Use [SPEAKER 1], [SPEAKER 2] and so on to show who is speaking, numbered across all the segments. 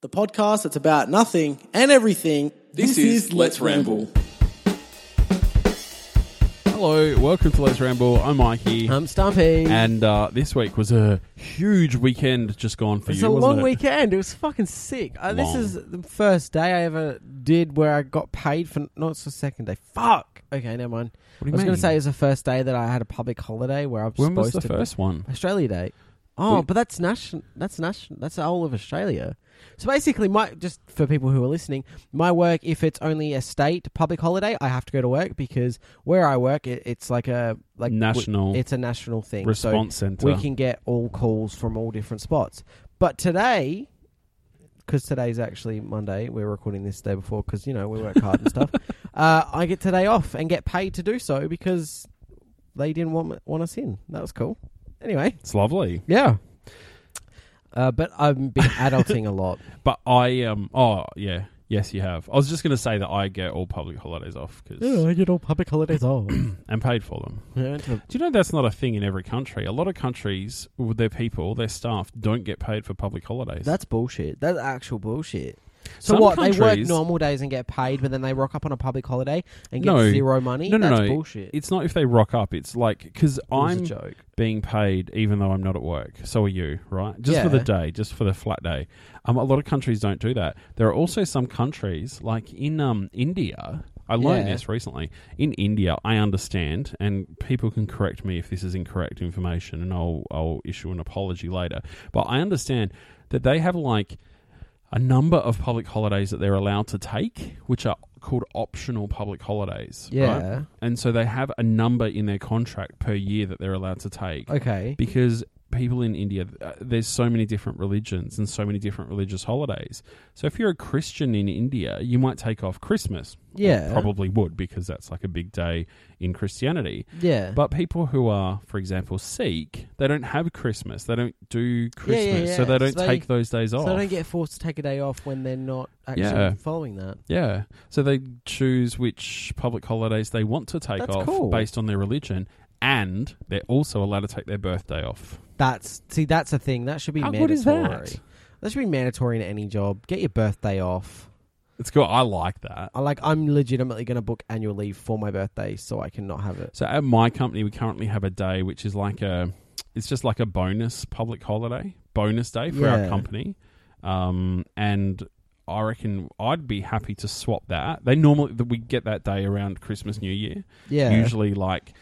[SPEAKER 1] the podcast that's about nothing and everything.
[SPEAKER 2] This, is, Let's Ramble.
[SPEAKER 3] Hello, welcome to Let's Ramble. I'm Mikey.
[SPEAKER 4] I'm Stumpy.
[SPEAKER 3] and uh, this week was a huge weekend just gone for
[SPEAKER 4] it's
[SPEAKER 3] you.
[SPEAKER 4] a
[SPEAKER 3] wasn't
[SPEAKER 4] long
[SPEAKER 3] it?
[SPEAKER 4] weekend. It was fucking sick. Uh, this
[SPEAKER 3] Long.
[SPEAKER 4] is the first day I ever did where I got paid for. No, it's the second day. Fuck. Okay, never mind.
[SPEAKER 3] What do
[SPEAKER 4] I
[SPEAKER 3] you
[SPEAKER 4] was going
[SPEAKER 3] mean?
[SPEAKER 4] to say it was the first day that I had a public holiday where I'm
[SPEAKER 3] When was
[SPEAKER 4] supposed
[SPEAKER 3] the
[SPEAKER 4] to.
[SPEAKER 3] first one?
[SPEAKER 4] Australia Day. Oh,
[SPEAKER 3] We-
[SPEAKER 4] but that's national. That's national. That's the whole of Australia. So basically, my just for people who are listening, my work if it's only a state public holiday, I have to go to work because where I work, it, it's like a like w-
[SPEAKER 3] National
[SPEAKER 4] it's a national thing. So
[SPEAKER 3] Response Centre.
[SPEAKER 4] we can get all calls from all different spots. But today, because today's actually Monday, we're recording this day before because you know we work hard and stuff. Uh, I get today off and get paid to do so because they didn't want want us in. That was cool. Anyway,
[SPEAKER 3] It's lovely.
[SPEAKER 4] yeah. Uh, but I've been adulting a lot.
[SPEAKER 3] But I um oh yeah yes you have. I was just going to say that I get all public holidays off 'cause-
[SPEAKER 4] I get all public holidays off.
[SPEAKER 3] and paid for them.
[SPEAKER 4] yeah,
[SPEAKER 3] Do you know that's not a thing in every country? A lot of countries, with their people, their staff don't get paid for public holidays.
[SPEAKER 4] that's bullshit. That's actual bullshit. So
[SPEAKER 3] Some
[SPEAKER 4] what? They work
[SPEAKER 3] countries-
[SPEAKER 4] normal days and get paid, but then they rock up on a public holiday and get
[SPEAKER 3] No.
[SPEAKER 4] zero money.
[SPEAKER 3] No, no,
[SPEAKER 4] That's
[SPEAKER 3] no.
[SPEAKER 4] bullshit.
[SPEAKER 3] It's not if they rock up. It's like because
[SPEAKER 4] It was
[SPEAKER 3] I'm
[SPEAKER 4] a joke.
[SPEAKER 3] being paid even though I'm not at work. So are you, right? Just for the
[SPEAKER 4] Yeah.
[SPEAKER 3] day, just for the flat day. Um, a lot of countries don't do that. There are also some countries, like in um, India, I learned
[SPEAKER 4] Yeah.
[SPEAKER 3] this recently. In India, I understand, and people can correct me if this is incorrect information, and I'll, I'll issue an apology later. But I understand that they have like a number of public holidays that they're allowed to take, which are called optional public holidays. right?
[SPEAKER 4] Yeah.
[SPEAKER 3] And so they have a number in their contract per year that they're allowed to take
[SPEAKER 4] Okay.
[SPEAKER 3] because people in India, uh, there's so many different religions and so many different religious holidays. So if you're a Christian in India, you might take off Christmas.
[SPEAKER 4] Yeah.
[SPEAKER 3] Probably would because that's like a big day in Christianity.
[SPEAKER 4] Yeah.
[SPEAKER 3] But people who are, for example, Sikh, they don't have Christmas. They don't do Christmas. So
[SPEAKER 4] yeah.
[SPEAKER 3] they don't
[SPEAKER 4] So they-
[SPEAKER 3] take those days
[SPEAKER 4] so
[SPEAKER 3] off.
[SPEAKER 4] they don't get forced to take a day off when they're not actually
[SPEAKER 3] Yeah.
[SPEAKER 4] following that.
[SPEAKER 3] Yeah. So they choose which public holidays they want to take
[SPEAKER 4] That's
[SPEAKER 3] off
[SPEAKER 4] cool.
[SPEAKER 3] based on their religion, and they're also allowed to take their birthday off.
[SPEAKER 4] That's see, that's a thing that should be
[SPEAKER 3] How good
[SPEAKER 4] mandatory.
[SPEAKER 3] is that?
[SPEAKER 4] That should be mandatory in any job. Get your birthday off.
[SPEAKER 3] It's cool. I like that.
[SPEAKER 4] I like. I'm legitimately going to book annual leave for my birthday so I can not have it.
[SPEAKER 3] So at my company, we currently have a day which is like a, it's just like a bonus public holiday, bonus day for our
[SPEAKER 4] Yeah.
[SPEAKER 3] company, um, and. I reckon I'd be happy to swap that. They normally we get that day around Christmas, New Year.
[SPEAKER 4] Yeah.
[SPEAKER 3] usually like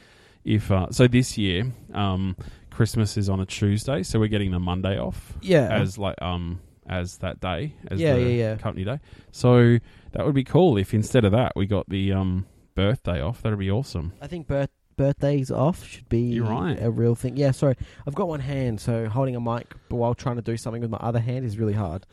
[SPEAKER 3] if uh, so this year um christmas is on a tuesday so we're getting the monday off
[SPEAKER 4] Yeah.
[SPEAKER 3] as like um as that day as
[SPEAKER 4] Yeah,
[SPEAKER 3] the
[SPEAKER 4] yeah, yeah.
[SPEAKER 3] company day so that would be cool if instead of that we got the um birthday off that'd be awesome
[SPEAKER 4] I think birth birthdays off should be
[SPEAKER 3] You're right.
[SPEAKER 4] a real thing. Yeah. Sorry, I've got one hand, so holding a mic while trying to do something with my other hand is really hard.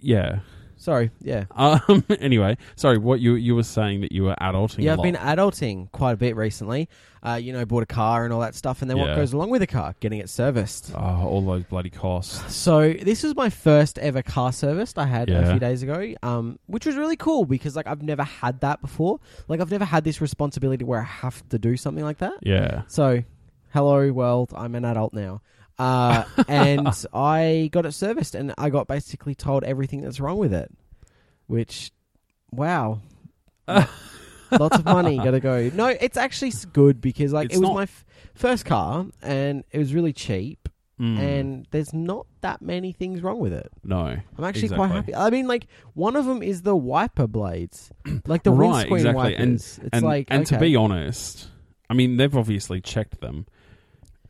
[SPEAKER 3] yeah
[SPEAKER 4] Sorry. Yeah.
[SPEAKER 3] um anyway sorry what you you were saying that you were adulting
[SPEAKER 4] Yeah,
[SPEAKER 3] a
[SPEAKER 4] I've
[SPEAKER 3] lot.
[SPEAKER 4] been adulting quite a bit recently. Uh, you know, bought a car and all that stuff, and then
[SPEAKER 3] Yeah.
[SPEAKER 4] what goes along with a car? Getting it serviced.
[SPEAKER 3] oh, all those bloody costs
[SPEAKER 4] So this was my first ever car serviced I had
[SPEAKER 3] Yeah.
[SPEAKER 4] a few days ago, um, which was really cool because like I've never had that before. Like I've never had this responsibility where I have to do something like that.
[SPEAKER 3] yeah
[SPEAKER 4] So, hello world, I'm an adult now. Uh, and I got it serviced and I got basically told everything that's wrong with it, which, wow. Lots of money got to go. No, it's actually s- good because like
[SPEAKER 3] It's
[SPEAKER 4] it was
[SPEAKER 3] not-
[SPEAKER 4] my f- first car and it was really cheap
[SPEAKER 3] Mm.
[SPEAKER 4] and there's not that many things wrong with it.
[SPEAKER 3] no
[SPEAKER 4] I'm actually quite happy.
[SPEAKER 3] Exactly.
[SPEAKER 4] I mean, like one of them is the wiper blades, like the
[SPEAKER 3] Right,
[SPEAKER 4] windscreen
[SPEAKER 3] exactly.
[SPEAKER 4] wipers.
[SPEAKER 3] And-
[SPEAKER 4] it's
[SPEAKER 3] and,
[SPEAKER 4] like
[SPEAKER 3] and to
[SPEAKER 4] okay.
[SPEAKER 3] be honest, I mean they've obviously checked them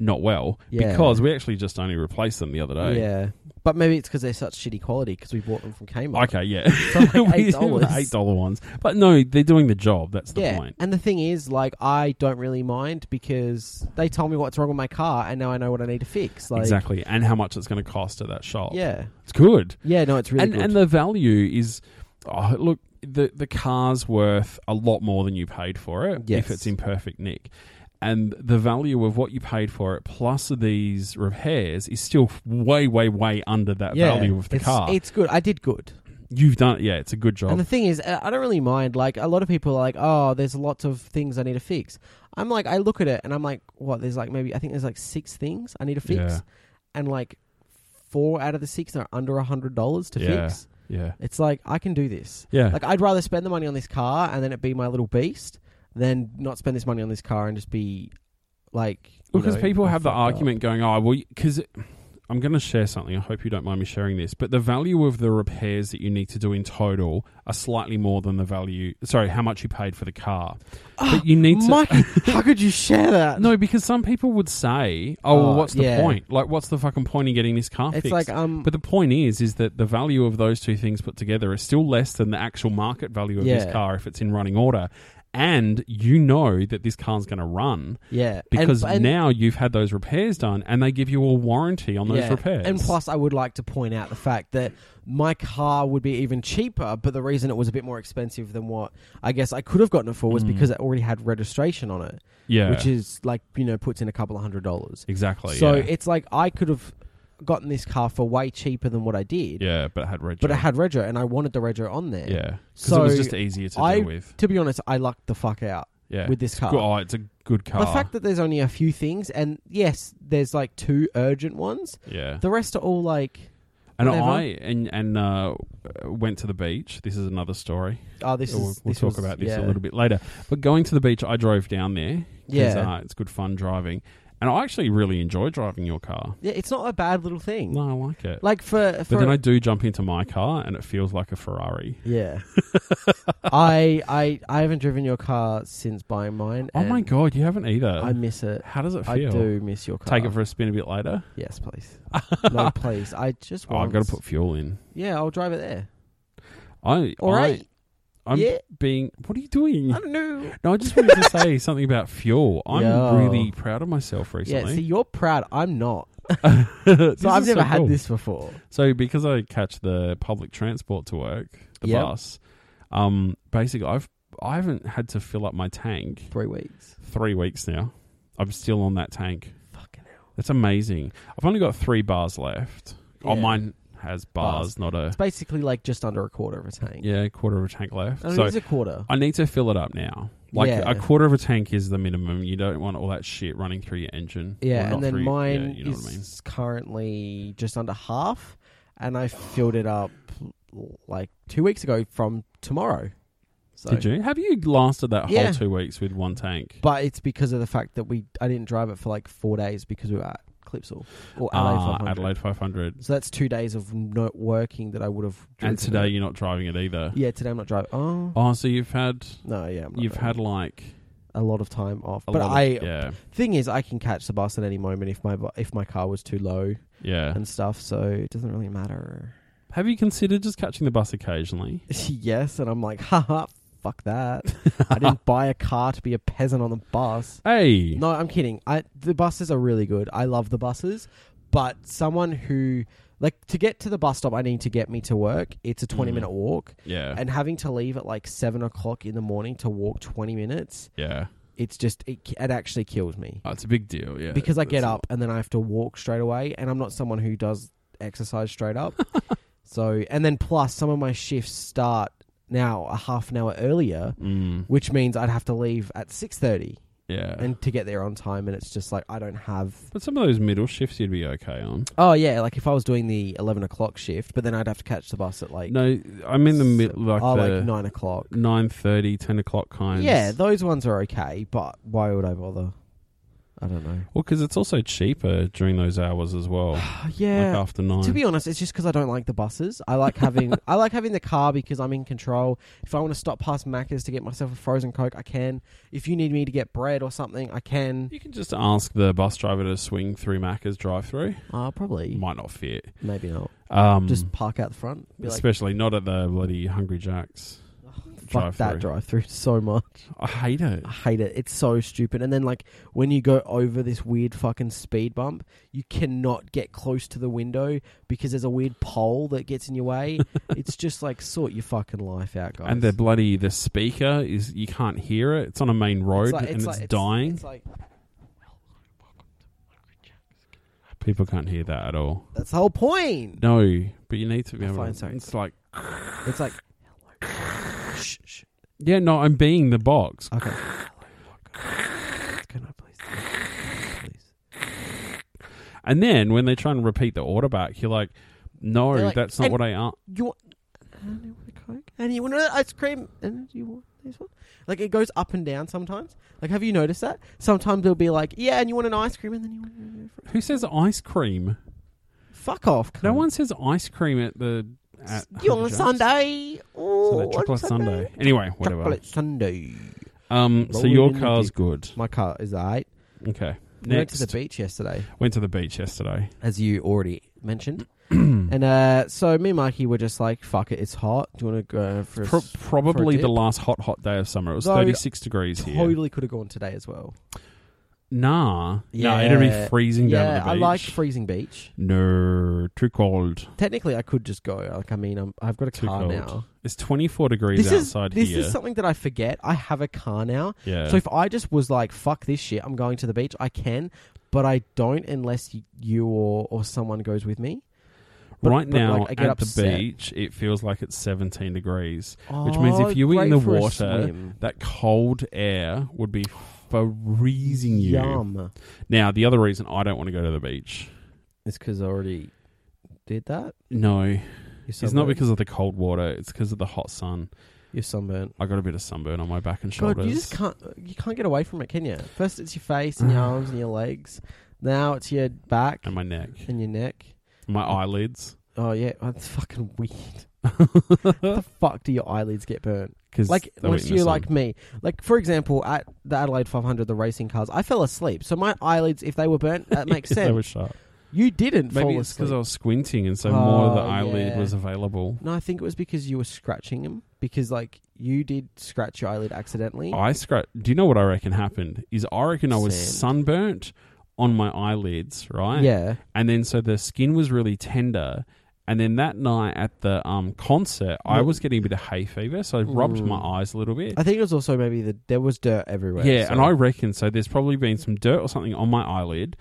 [SPEAKER 3] not well
[SPEAKER 4] Yeah.
[SPEAKER 3] because we actually just only replaced them the other day.
[SPEAKER 4] Yeah, but maybe it's because they're such shitty quality because we bought them from Kmart.
[SPEAKER 3] Okay, yeah,
[SPEAKER 4] So like
[SPEAKER 3] We-
[SPEAKER 4] $8.
[SPEAKER 3] eight dollar ones. But no, they're doing the job. That's the
[SPEAKER 4] yeah,
[SPEAKER 3] point.
[SPEAKER 4] and the thing is, like, I don't really mind because they told me what's wrong with my car, and now I know what I need to fix. Like,
[SPEAKER 3] exactly, and how much it's going to cost at that shop.
[SPEAKER 4] Yeah,
[SPEAKER 3] it's good.
[SPEAKER 4] yeah. No, it's really
[SPEAKER 3] and
[SPEAKER 4] good.
[SPEAKER 3] and the value is, oh, look, the the car's worth a lot more than you paid for it if
[SPEAKER 4] Yes.
[SPEAKER 3] it's in perfect nick, and the value of what you paid for it plus these repairs is still way way way under that
[SPEAKER 4] yeah,
[SPEAKER 3] value of the
[SPEAKER 4] it's,
[SPEAKER 3] car.
[SPEAKER 4] It's good. I did good.
[SPEAKER 3] You've done yeah, it's a good job.
[SPEAKER 4] And the thing is, uh, I don't really mind. Like, a lot of people are like, oh, there's lots of things I need to fix. I'm like, I look at it and I'm like, what? There's like maybe, I think there's like six things I need to fix.
[SPEAKER 3] Yeah.
[SPEAKER 4] And like four out of the six are under a hundred dollars to
[SPEAKER 3] yeah,
[SPEAKER 4] fix.
[SPEAKER 3] yeah,
[SPEAKER 4] It's like I can do this.
[SPEAKER 3] yeah.
[SPEAKER 4] Like I'd rather spend the money on this car and then it be my little beast than not spend this money on this car and just be like you
[SPEAKER 3] because
[SPEAKER 4] know,
[SPEAKER 3] people
[SPEAKER 4] I
[SPEAKER 3] have the
[SPEAKER 4] fucked up.
[SPEAKER 3] argument going, oh, well, because I'm going to share something. I hope you don't mind me sharing this, but the value of the repairs that you need to do in total are slightly more than the value. Sorry, how much you paid for the car,
[SPEAKER 4] Ah,
[SPEAKER 3] but you need to.
[SPEAKER 4] Mikey, how could you share that?
[SPEAKER 3] no, because some people would say, "Oh, well,
[SPEAKER 4] Oh,
[SPEAKER 3] what's the
[SPEAKER 4] yeah.
[SPEAKER 3] point? Like, what's the fucking point in getting this car
[SPEAKER 4] it's
[SPEAKER 3] fixed?"
[SPEAKER 4] like um,
[SPEAKER 3] but the point is, is that the value of those two things put together is still less than the actual market value of this
[SPEAKER 4] Yeah.
[SPEAKER 3] car if it's in running order, and you know that this car's going to run
[SPEAKER 4] yeah, And-
[SPEAKER 3] because
[SPEAKER 4] and-
[SPEAKER 3] now you've had those repairs done and they give you a warranty on those
[SPEAKER 4] Yeah.
[SPEAKER 3] repairs.
[SPEAKER 4] And plus, I would like to point out the fact that my car would be even cheaper, but the reason it was a bit more expensive than what I guess I could have gotten it for was because it already had registration on it,
[SPEAKER 3] Mm. yeah,
[SPEAKER 4] which is like, you know, puts in a couple of hundred dollars.
[SPEAKER 3] exactly.
[SPEAKER 4] so
[SPEAKER 3] yeah.
[SPEAKER 4] it's like I could have gotten this car for way cheaper than what I did,
[SPEAKER 3] yeah, but it had red.
[SPEAKER 4] but it had Rego and I wanted the Rego on there.
[SPEAKER 3] yeah, because
[SPEAKER 4] So
[SPEAKER 3] it was just easier to
[SPEAKER 4] I-
[SPEAKER 3] deal with.
[SPEAKER 4] To be honest, I lucked the fuck out
[SPEAKER 3] Yeah,
[SPEAKER 4] with this car.
[SPEAKER 3] Good- oh, it's a good car.
[SPEAKER 4] The fact that there's only a few things, and yes, there's like two urgent ones.
[SPEAKER 3] yeah,
[SPEAKER 4] The rest are all like,
[SPEAKER 3] and
[SPEAKER 4] whatever.
[SPEAKER 3] I and and uh, went to the beach. This is another story.
[SPEAKER 4] oh, this
[SPEAKER 3] we'll
[SPEAKER 4] is.
[SPEAKER 3] we'll
[SPEAKER 4] this
[SPEAKER 3] talk
[SPEAKER 4] was-
[SPEAKER 3] about this
[SPEAKER 4] yeah.
[SPEAKER 3] a little bit later. But going to the beach, I drove down there. 'cause,
[SPEAKER 4] Yeah.
[SPEAKER 3] uh, it's good fun driving, and I actually really enjoy driving your car.
[SPEAKER 4] Yeah, it's not a bad little thing.
[SPEAKER 3] No, I like it.
[SPEAKER 4] Mm. Like for, for
[SPEAKER 3] but then I do jump into my car, and it feels like a Ferrari.
[SPEAKER 4] yeah, I I I haven't driven your car since buying mine.
[SPEAKER 3] Oh my
[SPEAKER 4] and
[SPEAKER 3] god, you haven't either.
[SPEAKER 4] I miss it.
[SPEAKER 3] How does it feel?
[SPEAKER 4] I do miss your car.
[SPEAKER 3] Take it for a spin a bit later.
[SPEAKER 4] yes, please. no, please. I just
[SPEAKER 3] Oh,
[SPEAKER 4] want.
[SPEAKER 3] I've got to put fuel in.
[SPEAKER 4] Yeah, I'll drive it there.
[SPEAKER 3] I
[SPEAKER 4] All
[SPEAKER 3] I,
[SPEAKER 4] right.
[SPEAKER 3] I'm
[SPEAKER 4] yeah,
[SPEAKER 3] being. What are you doing?
[SPEAKER 4] I don't know.
[SPEAKER 3] No, I just wanted to say something about fuel. I'm
[SPEAKER 4] Yo.
[SPEAKER 3] really proud of myself
[SPEAKER 4] Yeah, see,
[SPEAKER 3] recently.
[SPEAKER 4] you're proud. I'm not.
[SPEAKER 3] This
[SPEAKER 4] So I've
[SPEAKER 3] is
[SPEAKER 4] never had
[SPEAKER 3] cool.
[SPEAKER 4] this before.
[SPEAKER 3] So because I catch the public transport to work, the
[SPEAKER 4] Yep.
[SPEAKER 3] bus. Um, basically, I've I haven't had to fill up my tank
[SPEAKER 4] Three weeks.
[SPEAKER 3] three weeks now. I'm still on that tank.
[SPEAKER 4] Fucking hell.
[SPEAKER 3] That's amazing. I've only got three bars left. Oh,
[SPEAKER 4] Yeah.
[SPEAKER 3] mine has bars,
[SPEAKER 4] Bars.
[SPEAKER 3] not a
[SPEAKER 4] It's basically like just under a quarter of a tank.
[SPEAKER 3] yeah quarter of a tank left.
[SPEAKER 4] I mean,
[SPEAKER 3] so
[SPEAKER 4] it's a quarter.
[SPEAKER 3] I need to fill it up now. Like
[SPEAKER 4] Oh, Yeah.
[SPEAKER 3] a quarter of a tank is the minimum. You don't want all that shit running through your engine. Well,
[SPEAKER 4] Yeah,
[SPEAKER 3] not
[SPEAKER 4] and then
[SPEAKER 3] through-
[SPEAKER 4] mine
[SPEAKER 3] yeah, you know
[SPEAKER 4] is
[SPEAKER 3] what I mean.
[SPEAKER 4] currently just under half, and I filled it up like two weeks ago from tomorrow. So,
[SPEAKER 3] Did you? Have you lasted that
[SPEAKER 4] Yeah.
[SPEAKER 3] whole two weeks with one tank?
[SPEAKER 4] But it's because of the fact that we I didn't drive it for like four days because we were at Clipsal or LA
[SPEAKER 3] Ah,
[SPEAKER 4] 500.
[SPEAKER 3] Adelaide 500.
[SPEAKER 4] So that's two days of not working that I would have. driven
[SPEAKER 3] And today
[SPEAKER 4] it.
[SPEAKER 3] you're not driving it either.
[SPEAKER 4] yeah, today I'm not driving. Oh,
[SPEAKER 3] Oh, so you've had
[SPEAKER 4] no, yeah, I'm not
[SPEAKER 3] you've had
[SPEAKER 4] driving.
[SPEAKER 3] like
[SPEAKER 4] a lot of time off.
[SPEAKER 3] a
[SPEAKER 4] but
[SPEAKER 3] lot
[SPEAKER 4] I
[SPEAKER 3] of, yeah
[SPEAKER 4] thing is, I can catch the bus at any moment if my bu- if my car was too low
[SPEAKER 3] yeah.
[SPEAKER 4] and stuff. So it doesn't really matter.
[SPEAKER 3] Have you considered just catching the bus occasionally?
[SPEAKER 4] yes, and I'm like, haha, fuck that. I didn't buy a car to be a peasant on the bus.
[SPEAKER 3] Hey,
[SPEAKER 4] No, I'm kidding. I the buses are really good. I love the buses, but someone who like to get to the bus stop, I need to get me to work. It's a 20
[SPEAKER 3] Mm.
[SPEAKER 4] minute walk,
[SPEAKER 3] yeah,
[SPEAKER 4] and having to leave at like seven o'clock in the morning to walk 20 minutes,
[SPEAKER 3] yeah.
[SPEAKER 4] it's just it, it actually kills me
[SPEAKER 3] Oh, it's a big deal. Yeah,
[SPEAKER 4] because I get
[SPEAKER 3] That's a-
[SPEAKER 4] up and then I have to walk straight away, and I'm not someone who does exercise straight up. so, and then plus, some of my shifts start now a half an hour earlier,
[SPEAKER 3] Mm,
[SPEAKER 4] which means I'd have to leave at six thirty
[SPEAKER 3] yeah,
[SPEAKER 4] and to get there on time, and it's just like I don't have.
[SPEAKER 3] but some of those middle shifts you'd be okay on.
[SPEAKER 4] Oh yeah, like if I was doing the eleven o'clock shift, but then I'd have to catch the bus at like
[SPEAKER 3] No, I'm in the mid
[SPEAKER 4] seven-
[SPEAKER 3] like
[SPEAKER 4] oh,
[SPEAKER 3] the
[SPEAKER 4] like nine o'clock.
[SPEAKER 3] nine thirty, ten o'clock kinds.
[SPEAKER 4] Yeah, those ones are okay, but why would I bother? I don't know.
[SPEAKER 3] well, because it's also cheaper during those hours as well.
[SPEAKER 4] yeah,
[SPEAKER 3] like after nine.
[SPEAKER 4] To be honest, it's just because I don't like the buses. I like having I like having the car because I'm in control. If I want to stop past Macca's to get myself a frozen coke, I can. If you need me to get bread or something, I can.
[SPEAKER 3] you can just ask the bus driver to swing through Macca's drive-through.
[SPEAKER 4] Uh, probably, Mm.
[SPEAKER 3] Might not fit.
[SPEAKER 4] maybe not.
[SPEAKER 3] Um,
[SPEAKER 4] Just park out the front. Be like,
[SPEAKER 3] especially not at the bloody Hungry Jacks.
[SPEAKER 4] fuck that
[SPEAKER 3] drive-through.
[SPEAKER 4] drive through so much.
[SPEAKER 3] I hate it.
[SPEAKER 4] I hate it. It's so stupid. And then like when you go over this weird fucking speed bump, you cannot get close to the window because there's a weird pole that gets in your way. it's just like sort your fucking life out, guys.
[SPEAKER 3] And the bloody the speaker is you can't hear it. It's on a main road
[SPEAKER 4] like-
[SPEAKER 3] and it's,
[SPEAKER 4] like-
[SPEAKER 3] dying.
[SPEAKER 4] it's like-
[SPEAKER 3] People can't hear that at all.
[SPEAKER 4] That's the whole point.
[SPEAKER 3] No, but you need to be
[SPEAKER 4] Oh,
[SPEAKER 3] able.
[SPEAKER 4] fine,
[SPEAKER 3] to,
[SPEAKER 4] sorry.
[SPEAKER 3] It's like
[SPEAKER 4] It's like, shh, shh.
[SPEAKER 3] yeah, no, I'm being the box.
[SPEAKER 4] Okay. Can I please? Please.
[SPEAKER 3] And then when they try and repeat the order back, you're like, no,
[SPEAKER 4] They're like,
[SPEAKER 3] that's not
[SPEAKER 4] and-
[SPEAKER 3] what I asked.
[SPEAKER 4] You want, and you want a Coke? And you want another ice cream? And you want this one? Like, it goes up and down sometimes. Like, have you noticed that? Sometimes they'll be like, yeah, and you want an ice cream? And then you want another fr-
[SPEAKER 3] Who says ice cream?
[SPEAKER 4] Fuck off.
[SPEAKER 3] No
[SPEAKER 4] cunt.
[SPEAKER 3] one says ice cream at the. At
[SPEAKER 4] You
[SPEAKER 3] Hungry
[SPEAKER 4] on
[SPEAKER 3] Jack's.
[SPEAKER 4] Sunday?
[SPEAKER 3] So
[SPEAKER 4] Oh,
[SPEAKER 3] that
[SPEAKER 4] on
[SPEAKER 3] chocolate Sunday. Anyway, whatever.
[SPEAKER 4] Chocolate Sunday.
[SPEAKER 3] Um, so
[SPEAKER 4] Rolling
[SPEAKER 3] your
[SPEAKER 4] in the
[SPEAKER 3] car's
[SPEAKER 4] deep.
[SPEAKER 3] good.
[SPEAKER 4] My car is alright.
[SPEAKER 3] Okay.
[SPEAKER 4] We went to the
[SPEAKER 3] Next,
[SPEAKER 4] beach yesterday,
[SPEAKER 3] went to the beach yesterday.
[SPEAKER 4] as you already mentioned. and uh, so me and Mikey were just like, "Fuck it, it's hot. Do you want to go for a
[SPEAKER 3] Pro-
[SPEAKER 4] s-
[SPEAKER 3] probably
[SPEAKER 4] dip?
[SPEAKER 3] the last hot, hot day of summer. It was
[SPEAKER 4] Though
[SPEAKER 3] 36 degrees here.
[SPEAKER 4] Totally could have gone today as well.
[SPEAKER 3] Nah. Nah, it'd be
[SPEAKER 4] Yeah.
[SPEAKER 3] freezing
[SPEAKER 4] yeah,
[SPEAKER 3] down at the
[SPEAKER 4] I
[SPEAKER 3] beach.
[SPEAKER 4] like freezing beach.
[SPEAKER 3] no, too cold.
[SPEAKER 4] Technically, I could just go. Like, I mean, I'm, I've got a
[SPEAKER 3] Too
[SPEAKER 4] car
[SPEAKER 3] cold.
[SPEAKER 4] now.
[SPEAKER 3] It's 24 degrees
[SPEAKER 4] This is
[SPEAKER 3] outside
[SPEAKER 4] this
[SPEAKER 3] here.
[SPEAKER 4] is something that I forget. I have a car now,
[SPEAKER 3] yeah.
[SPEAKER 4] so if I just was like, "Fuck this shit, I'm going to the beach," I can, but I don't unless y- you or or someone goes with me. but-
[SPEAKER 3] right
[SPEAKER 4] but,
[SPEAKER 3] now
[SPEAKER 4] like, I get
[SPEAKER 3] at the
[SPEAKER 4] upset.
[SPEAKER 3] beach, it feels like it's 17 degrees. Which means if you were in
[SPEAKER 4] Oh, great
[SPEAKER 3] the
[SPEAKER 4] for a
[SPEAKER 3] water,
[SPEAKER 4] swim.
[SPEAKER 3] That cold air would be freezing you.
[SPEAKER 4] Yum.
[SPEAKER 3] Now, the other reason I don't want to go to the beach.
[SPEAKER 4] It's because I already did that.
[SPEAKER 3] No,
[SPEAKER 4] You're
[SPEAKER 3] it's not
[SPEAKER 4] sunburnt.
[SPEAKER 3] because of the cold water. It's because of the hot sun.
[SPEAKER 4] you're sunburnt.
[SPEAKER 3] I got a bit of sunburn on my back and shoulders.
[SPEAKER 4] God, you just can't you can't get away from it, can you? First, it's your face and your arms and your legs. Now it's your back
[SPEAKER 3] and my neck,
[SPEAKER 4] and your neck.
[SPEAKER 3] my eyelids.
[SPEAKER 4] Oh yeah, that's fucking weird. How the fuck do your eyelids get burnt?
[SPEAKER 3] Because
[SPEAKER 4] Like once you like me, like for example at the Adelaide 500, the racing cars, I fell asleep. So my eyelids, if they were burnt, that makes
[SPEAKER 3] they
[SPEAKER 4] sense.
[SPEAKER 3] were sharp.
[SPEAKER 4] you didn't
[SPEAKER 3] Maybe
[SPEAKER 4] fall
[SPEAKER 3] it's because
[SPEAKER 4] asleep.
[SPEAKER 3] I was squinting, and so more of the
[SPEAKER 4] Oh,
[SPEAKER 3] eyelid
[SPEAKER 4] yeah.
[SPEAKER 3] was available.
[SPEAKER 4] No, I think it was because you were scratching them because like you did scratch your eyelid accidentally.
[SPEAKER 3] I scratch. Do you know what I reckon happened? Is I reckon I was
[SPEAKER 4] Sand.
[SPEAKER 3] sunburnt on my eyelids, right?
[SPEAKER 4] Yeah.
[SPEAKER 3] and then so the skin was really tender. And then that night at the um, concert, I
[SPEAKER 4] Yeah.
[SPEAKER 3] was getting a bit of hay fever, so I rubbed
[SPEAKER 4] Mm.
[SPEAKER 3] my eyes a little bit.
[SPEAKER 4] I think it was also maybe the there was dirt everywhere.
[SPEAKER 3] yeah,
[SPEAKER 4] so-
[SPEAKER 3] and I reckon so. There's probably been some dirt or something on my eyelid,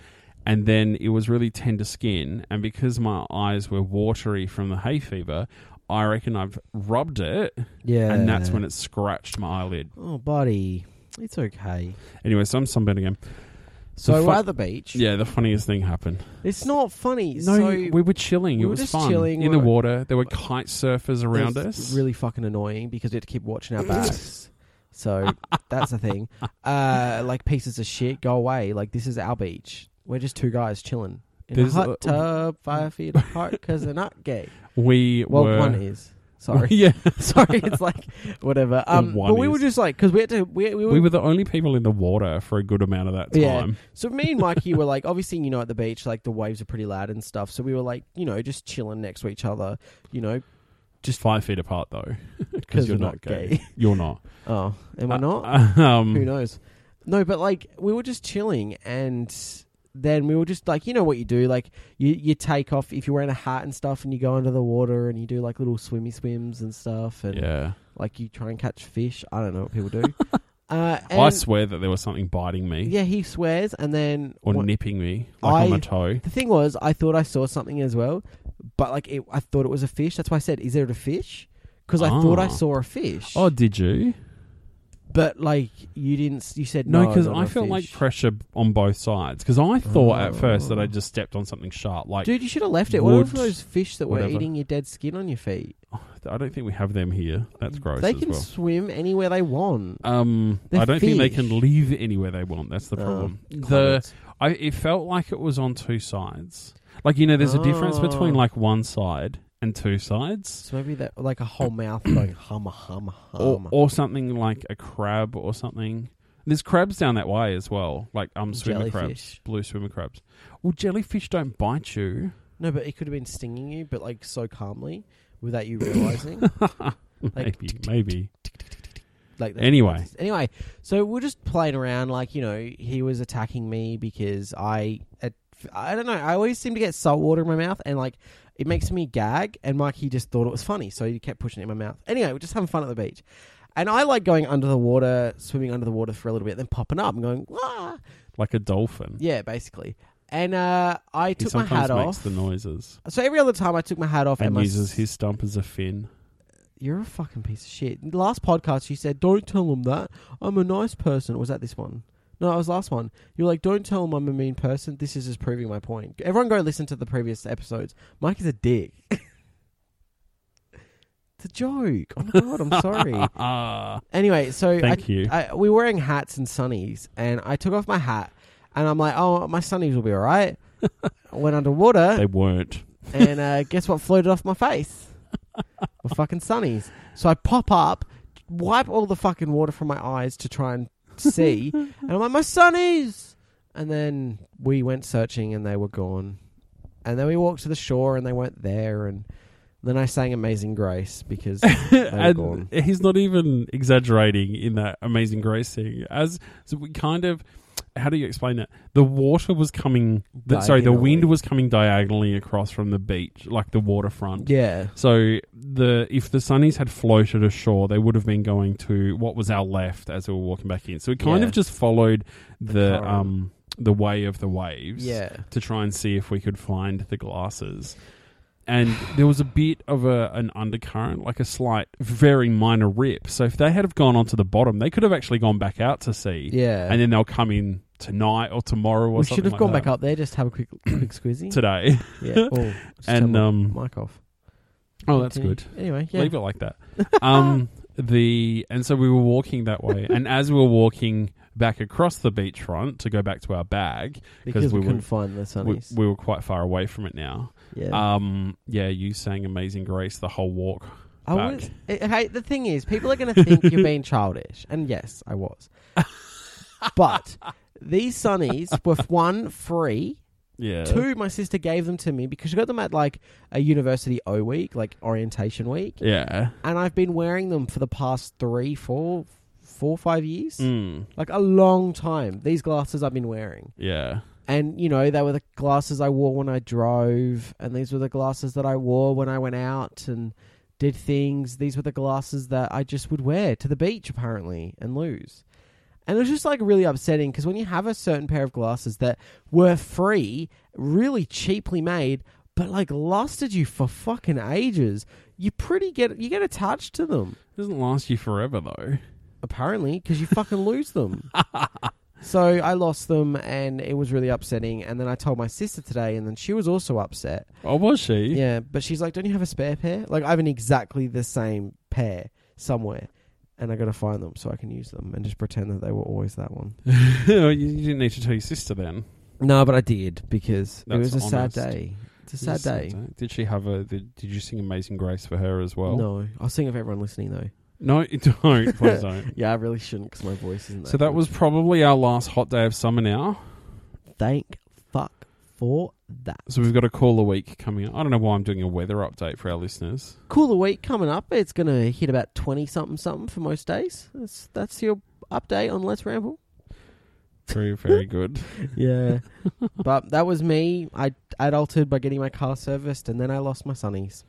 [SPEAKER 3] and then it was really tender skin, and because my eyes were watery from the hay fever, I reckon I've rubbed it,
[SPEAKER 4] yeah,
[SPEAKER 3] and that's when it scratched my eyelid.
[SPEAKER 4] oh, buddy, it's okay.
[SPEAKER 3] Anyway, so I'm sunburning again.
[SPEAKER 4] So,
[SPEAKER 3] The fu-
[SPEAKER 4] we're at the beach.
[SPEAKER 3] Yeah, the funniest thing happened.
[SPEAKER 4] it's not funny.
[SPEAKER 3] No,
[SPEAKER 4] so
[SPEAKER 3] we were chilling.
[SPEAKER 4] we
[SPEAKER 3] it
[SPEAKER 4] were
[SPEAKER 3] was
[SPEAKER 4] just
[SPEAKER 3] fun
[SPEAKER 4] chilling,
[SPEAKER 3] in
[SPEAKER 4] we
[SPEAKER 3] the
[SPEAKER 4] were-
[SPEAKER 3] water. There were kite surfers around
[SPEAKER 4] it's
[SPEAKER 3] us.
[SPEAKER 4] really fucking annoying because we had to keep watching our backs. so that's the thing. Uh, like pieces of shit, go away. Like this is our beach. We're just two guys chilling in a
[SPEAKER 3] There's
[SPEAKER 4] hot
[SPEAKER 3] a-
[SPEAKER 4] tub, five feet apart, because they're not gay.
[SPEAKER 3] We
[SPEAKER 4] Well,
[SPEAKER 3] were
[SPEAKER 4] one is. Sorry,
[SPEAKER 3] yeah,
[SPEAKER 4] sorry. It's like whatever. Um,
[SPEAKER 3] One
[SPEAKER 4] but we
[SPEAKER 3] is.
[SPEAKER 4] were just like because we had to. We, we were
[SPEAKER 3] we were the only people in the water for a good amount of that
[SPEAKER 4] Yeah.
[SPEAKER 3] time.
[SPEAKER 4] So me and Mikey were like, obviously, you know, at the beach, like the waves are pretty loud and stuff. So we were like, you know, just chilling next to each other, you know.
[SPEAKER 3] Just five feet apart though,
[SPEAKER 4] 'Cause
[SPEAKER 3] because you're
[SPEAKER 4] we're
[SPEAKER 3] not
[SPEAKER 4] not
[SPEAKER 3] gay.
[SPEAKER 4] gay.
[SPEAKER 3] You're not.
[SPEAKER 4] Oh, am I
[SPEAKER 3] Uh,
[SPEAKER 4] not?
[SPEAKER 3] um,
[SPEAKER 4] Who knows? No, but like we were just chilling, and then we were just like, you know what you do? Like you you take off if you're wearing a hat and stuff, and you go under the water and you do like little swimmy swims and stuff, and
[SPEAKER 3] Yeah,
[SPEAKER 4] like you try and catch fish. I don't know what people do. uh, and
[SPEAKER 3] I swear that there was something biting me
[SPEAKER 4] yeah, he swears, and then
[SPEAKER 3] or
[SPEAKER 4] what-
[SPEAKER 3] nipping me, like on
[SPEAKER 4] I-
[SPEAKER 3] my toe.
[SPEAKER 4] The thing was, I thought I saw something as well, but like it, I thought it was a fish. That's why I said, "Is it a fish?" Because I thought I
[SPEAKER 3] Ah.
[SPEAKER 4] saw a fish.
[SPEAKER 3] Oh, did you?
[SPEAKER 4] but like you didn't. s- You said no
[SPEAKER 3] No, because
[SPEAKER 4] not
[SPEAKER 3] I
[SPEAKER 4] a
[SPEAKER 3] felt like
[SPEAKER 4] fish."
[SPEAKER 3] pressure on both sides. Because I thought at first that I
[SPEAKER 4] Oh.
[SPEAKER 3] just stepped on something sharp. Like
[SPEAKER 4] dude, you should have left it. What if
[SPEAKER 3] wood,
[SPEAKER 4] those fish that were
[SPEAKER 3] whatever.
[SPEAKER 4] eating your dead skin on your feet?
[SPEAKER 3] oh, I don't think we have them here. That's gross.
[SPEAKER 4] They
[SPEAKER 3] as
[SPEAKER 4] can
[SPEAKER 3] well.
[SPEAKER 4] swim anywhere they want.
[SPEAKER 3] Um,
[SPEAKER 4] They're
[SPEAKER 3] I don't think they
[SPEAKER 4] fish.
[SPEAKER 3] can leave anywhere they want. That's the
[SPEAKER 4] Oh,
[SPEAKER 3] problem. the
[SPEAKER 4] Climate.
[SPEAKER 3] I it felt like it was on two sides. Like you know, there's a difference between
[SPEAKER 4] Oh.
[SPEAKER 3] like one side and two sides,
[SPEAKER 4] so maybe that like a whole mouth going humma humma
[SPEAKER 3] or,
[SPEAKER 4] humma.
[SPEAKER 3] or something like a crab or something. There's crabs down that way as well, like um swimmer crabs,
[SPEAKER 4] Jellyfish.
[SPEAKER 3] blue swimmer crabs. Well, jellyfish don't bite you.
[SPEAKER 4] No, but it could have been stinging you, but like so calmly without you realizing. Like,
[SPEAKER 3] maybe, maybe.
[SPEAKER 4] like that.
[SPEAKER 3] Anyway,
[SPEAKER 4] Anyway, so we're just playing around. Like you know, he was attacking me because I, at, I don't know. I always seem to get salt water in my mouth, and like it makes me gag. And Mikey just thought it was funny, so he kept pushing it in my mouth. Anyway, we're just having fun at the beach, and I like going under the water, swimming under the water for a little bit, then popping up and going, Wah!
[SPEAKER 3] like a dolphin,
[SPEAKER 4] yeah, basically. And uh, I
[SPEAKER 3] he
[SPEAKER 4] took my
[SPEAKER 3] sometimes
[SPEAKER 4] hat
[SPEAKER 3] makes
[SPEAKER 4] off.
[SPEAKER 3] the noises
[SPEAKER 4] so every other time I took my hat off,
[SPEAKER 3] and
[SPEAKER 4] my
[SPEAKER 3] uses his stump as a fin.
[SPEAKER 4] You're a fucking piece of shit. Last podcast, you said, "Don't tell them that. I'm a nice person." Or was that this one? No, it was the last one. You were like, don't tell him I'm a mean person. This is just proving my point. Everyone go listen to the previous episodes. Mike is a dick. it's a joke. Oh my god, I'm sorry.
[SPEAKER 3] Ah,
[SPEAKER 4] Anyway, so
[SPEAKER 3] Thank
[SPEAKER 4] I,
[SPEAKER 3] you.
[SPEAKER 4] I, we were wearing hats and sunnies, and I took off my hat, and I'm like, oh, my sunnies will be all right. Went underwater,
[SPEAKER 3] they weren't.
[SPEAKER 4] and uh, guess what floated off my face? my fucking sunnies. So I pop up, wipe all the fucking water from my eyes to try and see, and I'm like, my sunnies! And then we went searching, and they were gone. And then we walked to the shore, and they weren't there, and then I sang Amazing Grace because they were
[SPEAKER 3] and
[SPEAKER 4] gone.
[SPEAKER 3] he's not even exaggerating in that Amazing Grace thing. As so we kind of, how do you explain that? The water was coming. The, sorry, the
[SPEAKER 4] Diagonally.
[SPEAKER 3] wind was coming diagonally across from the beach, like the waterfront.
[SPEAKER 4] Yeah.
[SPEAKER 3] So the if the sunnies had floated ashore, they would have been going to what was our left as we were walking back in. So we kind
[SPEAKER 4] Yeah.
[SPEAKER 3] of just followed the
[SPEAKER 4] current.
[SPEAKER 3] um the way of the waves
[SPEAKER 4] Yeah.
[SPEAKER 3] to try and see if we could find the glasses. And there was a bit of a, an undercurrent, like a slight, very minor rip. So if they had have gone onto the bottom, they could have actually gone back out to sea.
[SPEAKER 4] Yeah.
[SPEAKER 3] And then they'll come in tonight or tomorrow or
[SPEAKER 4] we
[SPEAKER 3] something.
[SPEAKER 4] should have
[SPEAKER 3] like
[SPEAKER 4] gone
[SPEAKER 3] that
[SPEAKER 4] back up there just have a quick quick squizzy.
[SPEAKER 3] today.
[SPEAKER 4] yeah. Oh,
[SPEAKER 3] And, um,
[SPEAKER 4] mic off.
[SPEAKER 3] Oh, that's
[SPEAKER 4] Continue.
[SPEAKER 3] good.
[SPEAKER 4] Anyway, yeah.
[SPEAKER 3] Leave it like that. Um, the and so we were walking that way, and as we were walking back across the beachfront to go back to our bag,
[SPEAKER 4] because we,
[SPEAKER 3] we were-
[SPEAKER 4] couldn't find the
[SPEAKER 3] we,
[SPEAKER 4] sunnies.
[SPEAKER 3] we were quite far away from it now.
[SPEAKER 4] yeah.
[SPEAKER 3] Um, yeah, you sang "Amazing Grace" the whole walk.
[SPEAKER 4] I
[SPEAKER 3] back.
[SPEAKER 4] was, eh, hey, the thing is, people are going to think you're being childish, and yes, I was. but these sunnies were f- one free.
[SPEAKER 3] Yeah,
[SPEAKER 4] Two, my sister gave them to me because she got them at like a university O week, like orientation week,
[SPEAKER 3] yeah,
[SPEAKER 4] and I've been wearing them for the past three, four, four, five years,
[SPEAKER 3] mm.
[SPEAKER 4] like a long time. These glasses I've been wearing.
[SPEAKER 3] yeah.
[SPEAKER 4] And you know, they were the glasses I wore when I drove, and these were the glasses that I wore when I went out and did things. These were the glasses that I just would wear to the beach, apparently, and lose. And it was just like really upsetting because when you have a certain pair of glasses that were free, really cheaply made, but like lasted you for fucking ages, you pretty get you get attached to them
[SPEAKER 3] It doesn't last you forever though.
[SPEAKER 4] apparently, because you fucking lose them. so I lost them, and it was really upsetting. And then I told my sister today, and then she was also upset.
[SPEAKER 3] Oh, was she?
[SPEAKER 4] Yeah, but she's like, "Don't you have a spare pair? Like I have an exactly the same pair somewhere." And I got to find them so I can use them and just pretend that they were always that one.
[SPEAKER 3] you, you didn't need to tell your sister then.
[SPEAKER 4] No, but I did because it
[SPEAKER 3] That's
[SPEAKER 4] was a
[SPEAKER 3] honest.
[SPEAKER 4] sad day. It's a sad day.
[SPEAKER 3] Did she have a? Did, did you sing "Amazing Grace" for her as well?
[SPEAKER 4] No, I'll sing it for everyone listening though.
[SPEAKER 3] no, you don't. Please don't.
[SPEAKER 4] Yeah, I really shouldn't because my voice isn't.
[SPEAKER 3] So that
[SPEAKER 4] good.
[SPEAKER 3] was probably our last hot day of summer now.
[SPEAKER 4] thank fuck for that.
[SPEAKER 3] So we've got a call a week coming up. I don't know why I'm doing a weather update for our listeners.
[SPEAKER 4] cooler week coming up. It's going to hit about 20 something something for most days. That's that's your update on Let's Ramble.
[SPEAKER 3] Very, very good.
[SPEAKER 4] Yeah. but that was me. I adulted by getting my car serviced and then I lost my sunnies.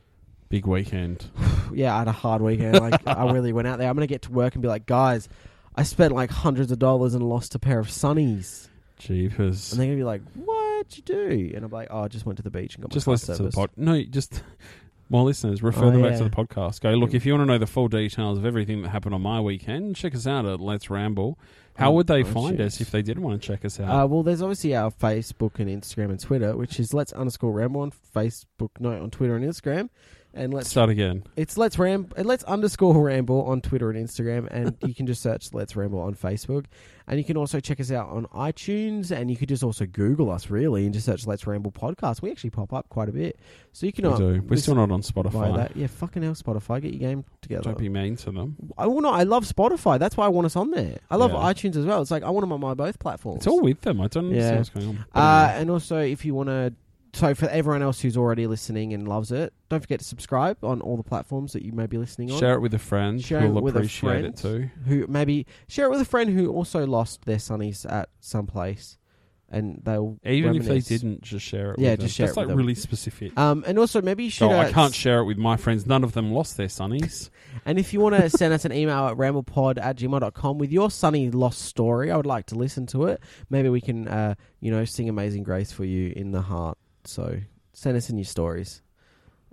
[SPEAKER 3] Big weekend.
[SPEAKER 4] yeah, I had a hard weekend. Like I really went out there. I'm going to get to work and be like, "Guys, I spent like hundreds of dollars and lost a pair of sunnies."
[SPEAKER 3] Jeepers.
[SPEAKER 4] And they're going to be like, "What'd you do?" And I'm like, "Oh, I just went to the beach and got
[SPEAKER 3] Just
[SPEAKER 4] my car
[SPEAKER 3] listen to the
[SPEAKER 4] serviced."
[SPEAKER 3] pod. No, you just well, listeners, refer
[SPEAKER 4] Oh,
[SPEAKER 3] them back
[SPEAKER 4] yeah.
[SPEAKER 3] to the podcast. Go look if you want to know the full details of everything that happened on my weekend. Check us out at Let's Ramble. How
[SPEAKER 4] Oh,
[SPEAKER 3] would they
[SPEAKER 4] oh,
[SPEAKER 3] find
[SPEAKER 4] jeez.
[SPEAKER 3] us if they did want to check us
[SPEAKER 4] Uh,
[SPEAKER 3] out?
[SPEAKER 4] well, there's obviously our Facebook and Instagram and Twitter, which is Let's underscore Ramble on Facebook, no, on Twitter and Instagram, and Let's
[SPEAKER 3] Start again.
[SPEAKER 4] It's let's ram uh, let's underscore ramble on Twitter and Instagram, and you can just search let's ramble on Facebook, and you can also check us out on iTunes, and you could just also Google us really and just search let's ramble podcast. We actually pop up quite a bit, so you can
[SPEAKER 3] We
[SPEAKER 4] uh,
[SPEAKER 3] do. We're still
[SPEAKER 4] listen
[SPEAKER 3] not on
[SPEAKER 4] via
[SPEAKER 3] Spotify.
[SPEAKER 4] that. Yeah, fucking hell, Spotify, get your game together.
[SPEAKER 3] Don't be mean to them.
[SPEAKER 4] I will not. I love Spotify. That's why I want us on there. I love
[SPEAKER 3] Yeah.
[SPEAKER 4] iTunes as well. It's like I want them on my both platforms.
[SPEAKER 3] It's all with them. I don't understand
[SPEAKER 4] Yeah.
[SPEAKER 3] what's going on.
[SPEAKER 4] Uh, and also, if you want to, so for everyone else who's already listening and loves it, don't forget to subscribe on all the platforms that you may be listening on.
[SPEAKER 3] share it with a friend
[SPEAKER 4] Share
[SPEAKER 3] who
[SPEAKER 4] it
[SPEAKER 3] will
[SPEAKER 4] with a
[SPEAKER 3] appreciate
[SPEAKER 4] friend.
[SPEAKER 3] it too.
[SPEAKER 4] who maybe share it with a friend who also lost their sunnies at some place, and they'll
[SPEAKER 3] Even if they
[SPEAKER 4] reminisce.
[SPEAKER 3] didn't, just share it.
[SPEAKER 4] Yeah,
[SPEAKER 3] with them.
[SPEAKER 4] just share
[SPEAKER 3] That's
[SPEAKER 4] it with
[SPEAKER 3] like
[SPEAKER 4] them.
[SPEAKER 3] really specific.
[SPEAKER 4] Um, and also maybe you should.
[SPEAKER 3] oh,
[SPEAKER 4] uh,
[SPEAKER 3] I can't
[SPEAKER 4] s-
[SPEAKER 3] share it with my friends. None of them lost their sunnies.
[SPEAKER 4] And if you want to send us an email at ramblepod at gmail.com with your sunny lost story, I would like to listen to it. Maybe we can, uh, you know, sing Amazing Grace for you in the heart. So send us in your stories.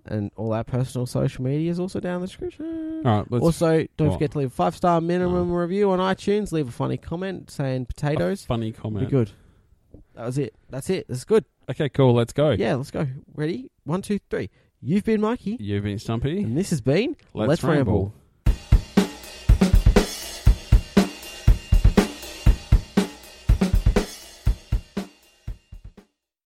[SPEAKER 4] and all our personal social media is also down in the description.
[SPEAKER 3] All right, let's.
[SPEAKER 4] also, don't
[SPEAKER 3] Oh, what?
[SPEAKER 4] forget to leave a five star minimum review on iTunes. Leave a funny comment saying
[SPEAKER 3] a
[SPEAKER 4] potatoes.
[SPEAKER 3] funny
[SPEAKER 4] Be
[SPEAKER 3] comment.
[SPEAKER 4] good. That was it. That's it. That's good.
[SPEAKER 3] Okay, cool. Let's go.
[SPEAKER 4] Yeah, let's go. Ready? One, two, three. You've been Mikey,
[SPEAKER 3] You've been Stumpy.
[SPEAKER 4] and this has been
[SPEAKER 3] Mm-hmm. Let's ramble.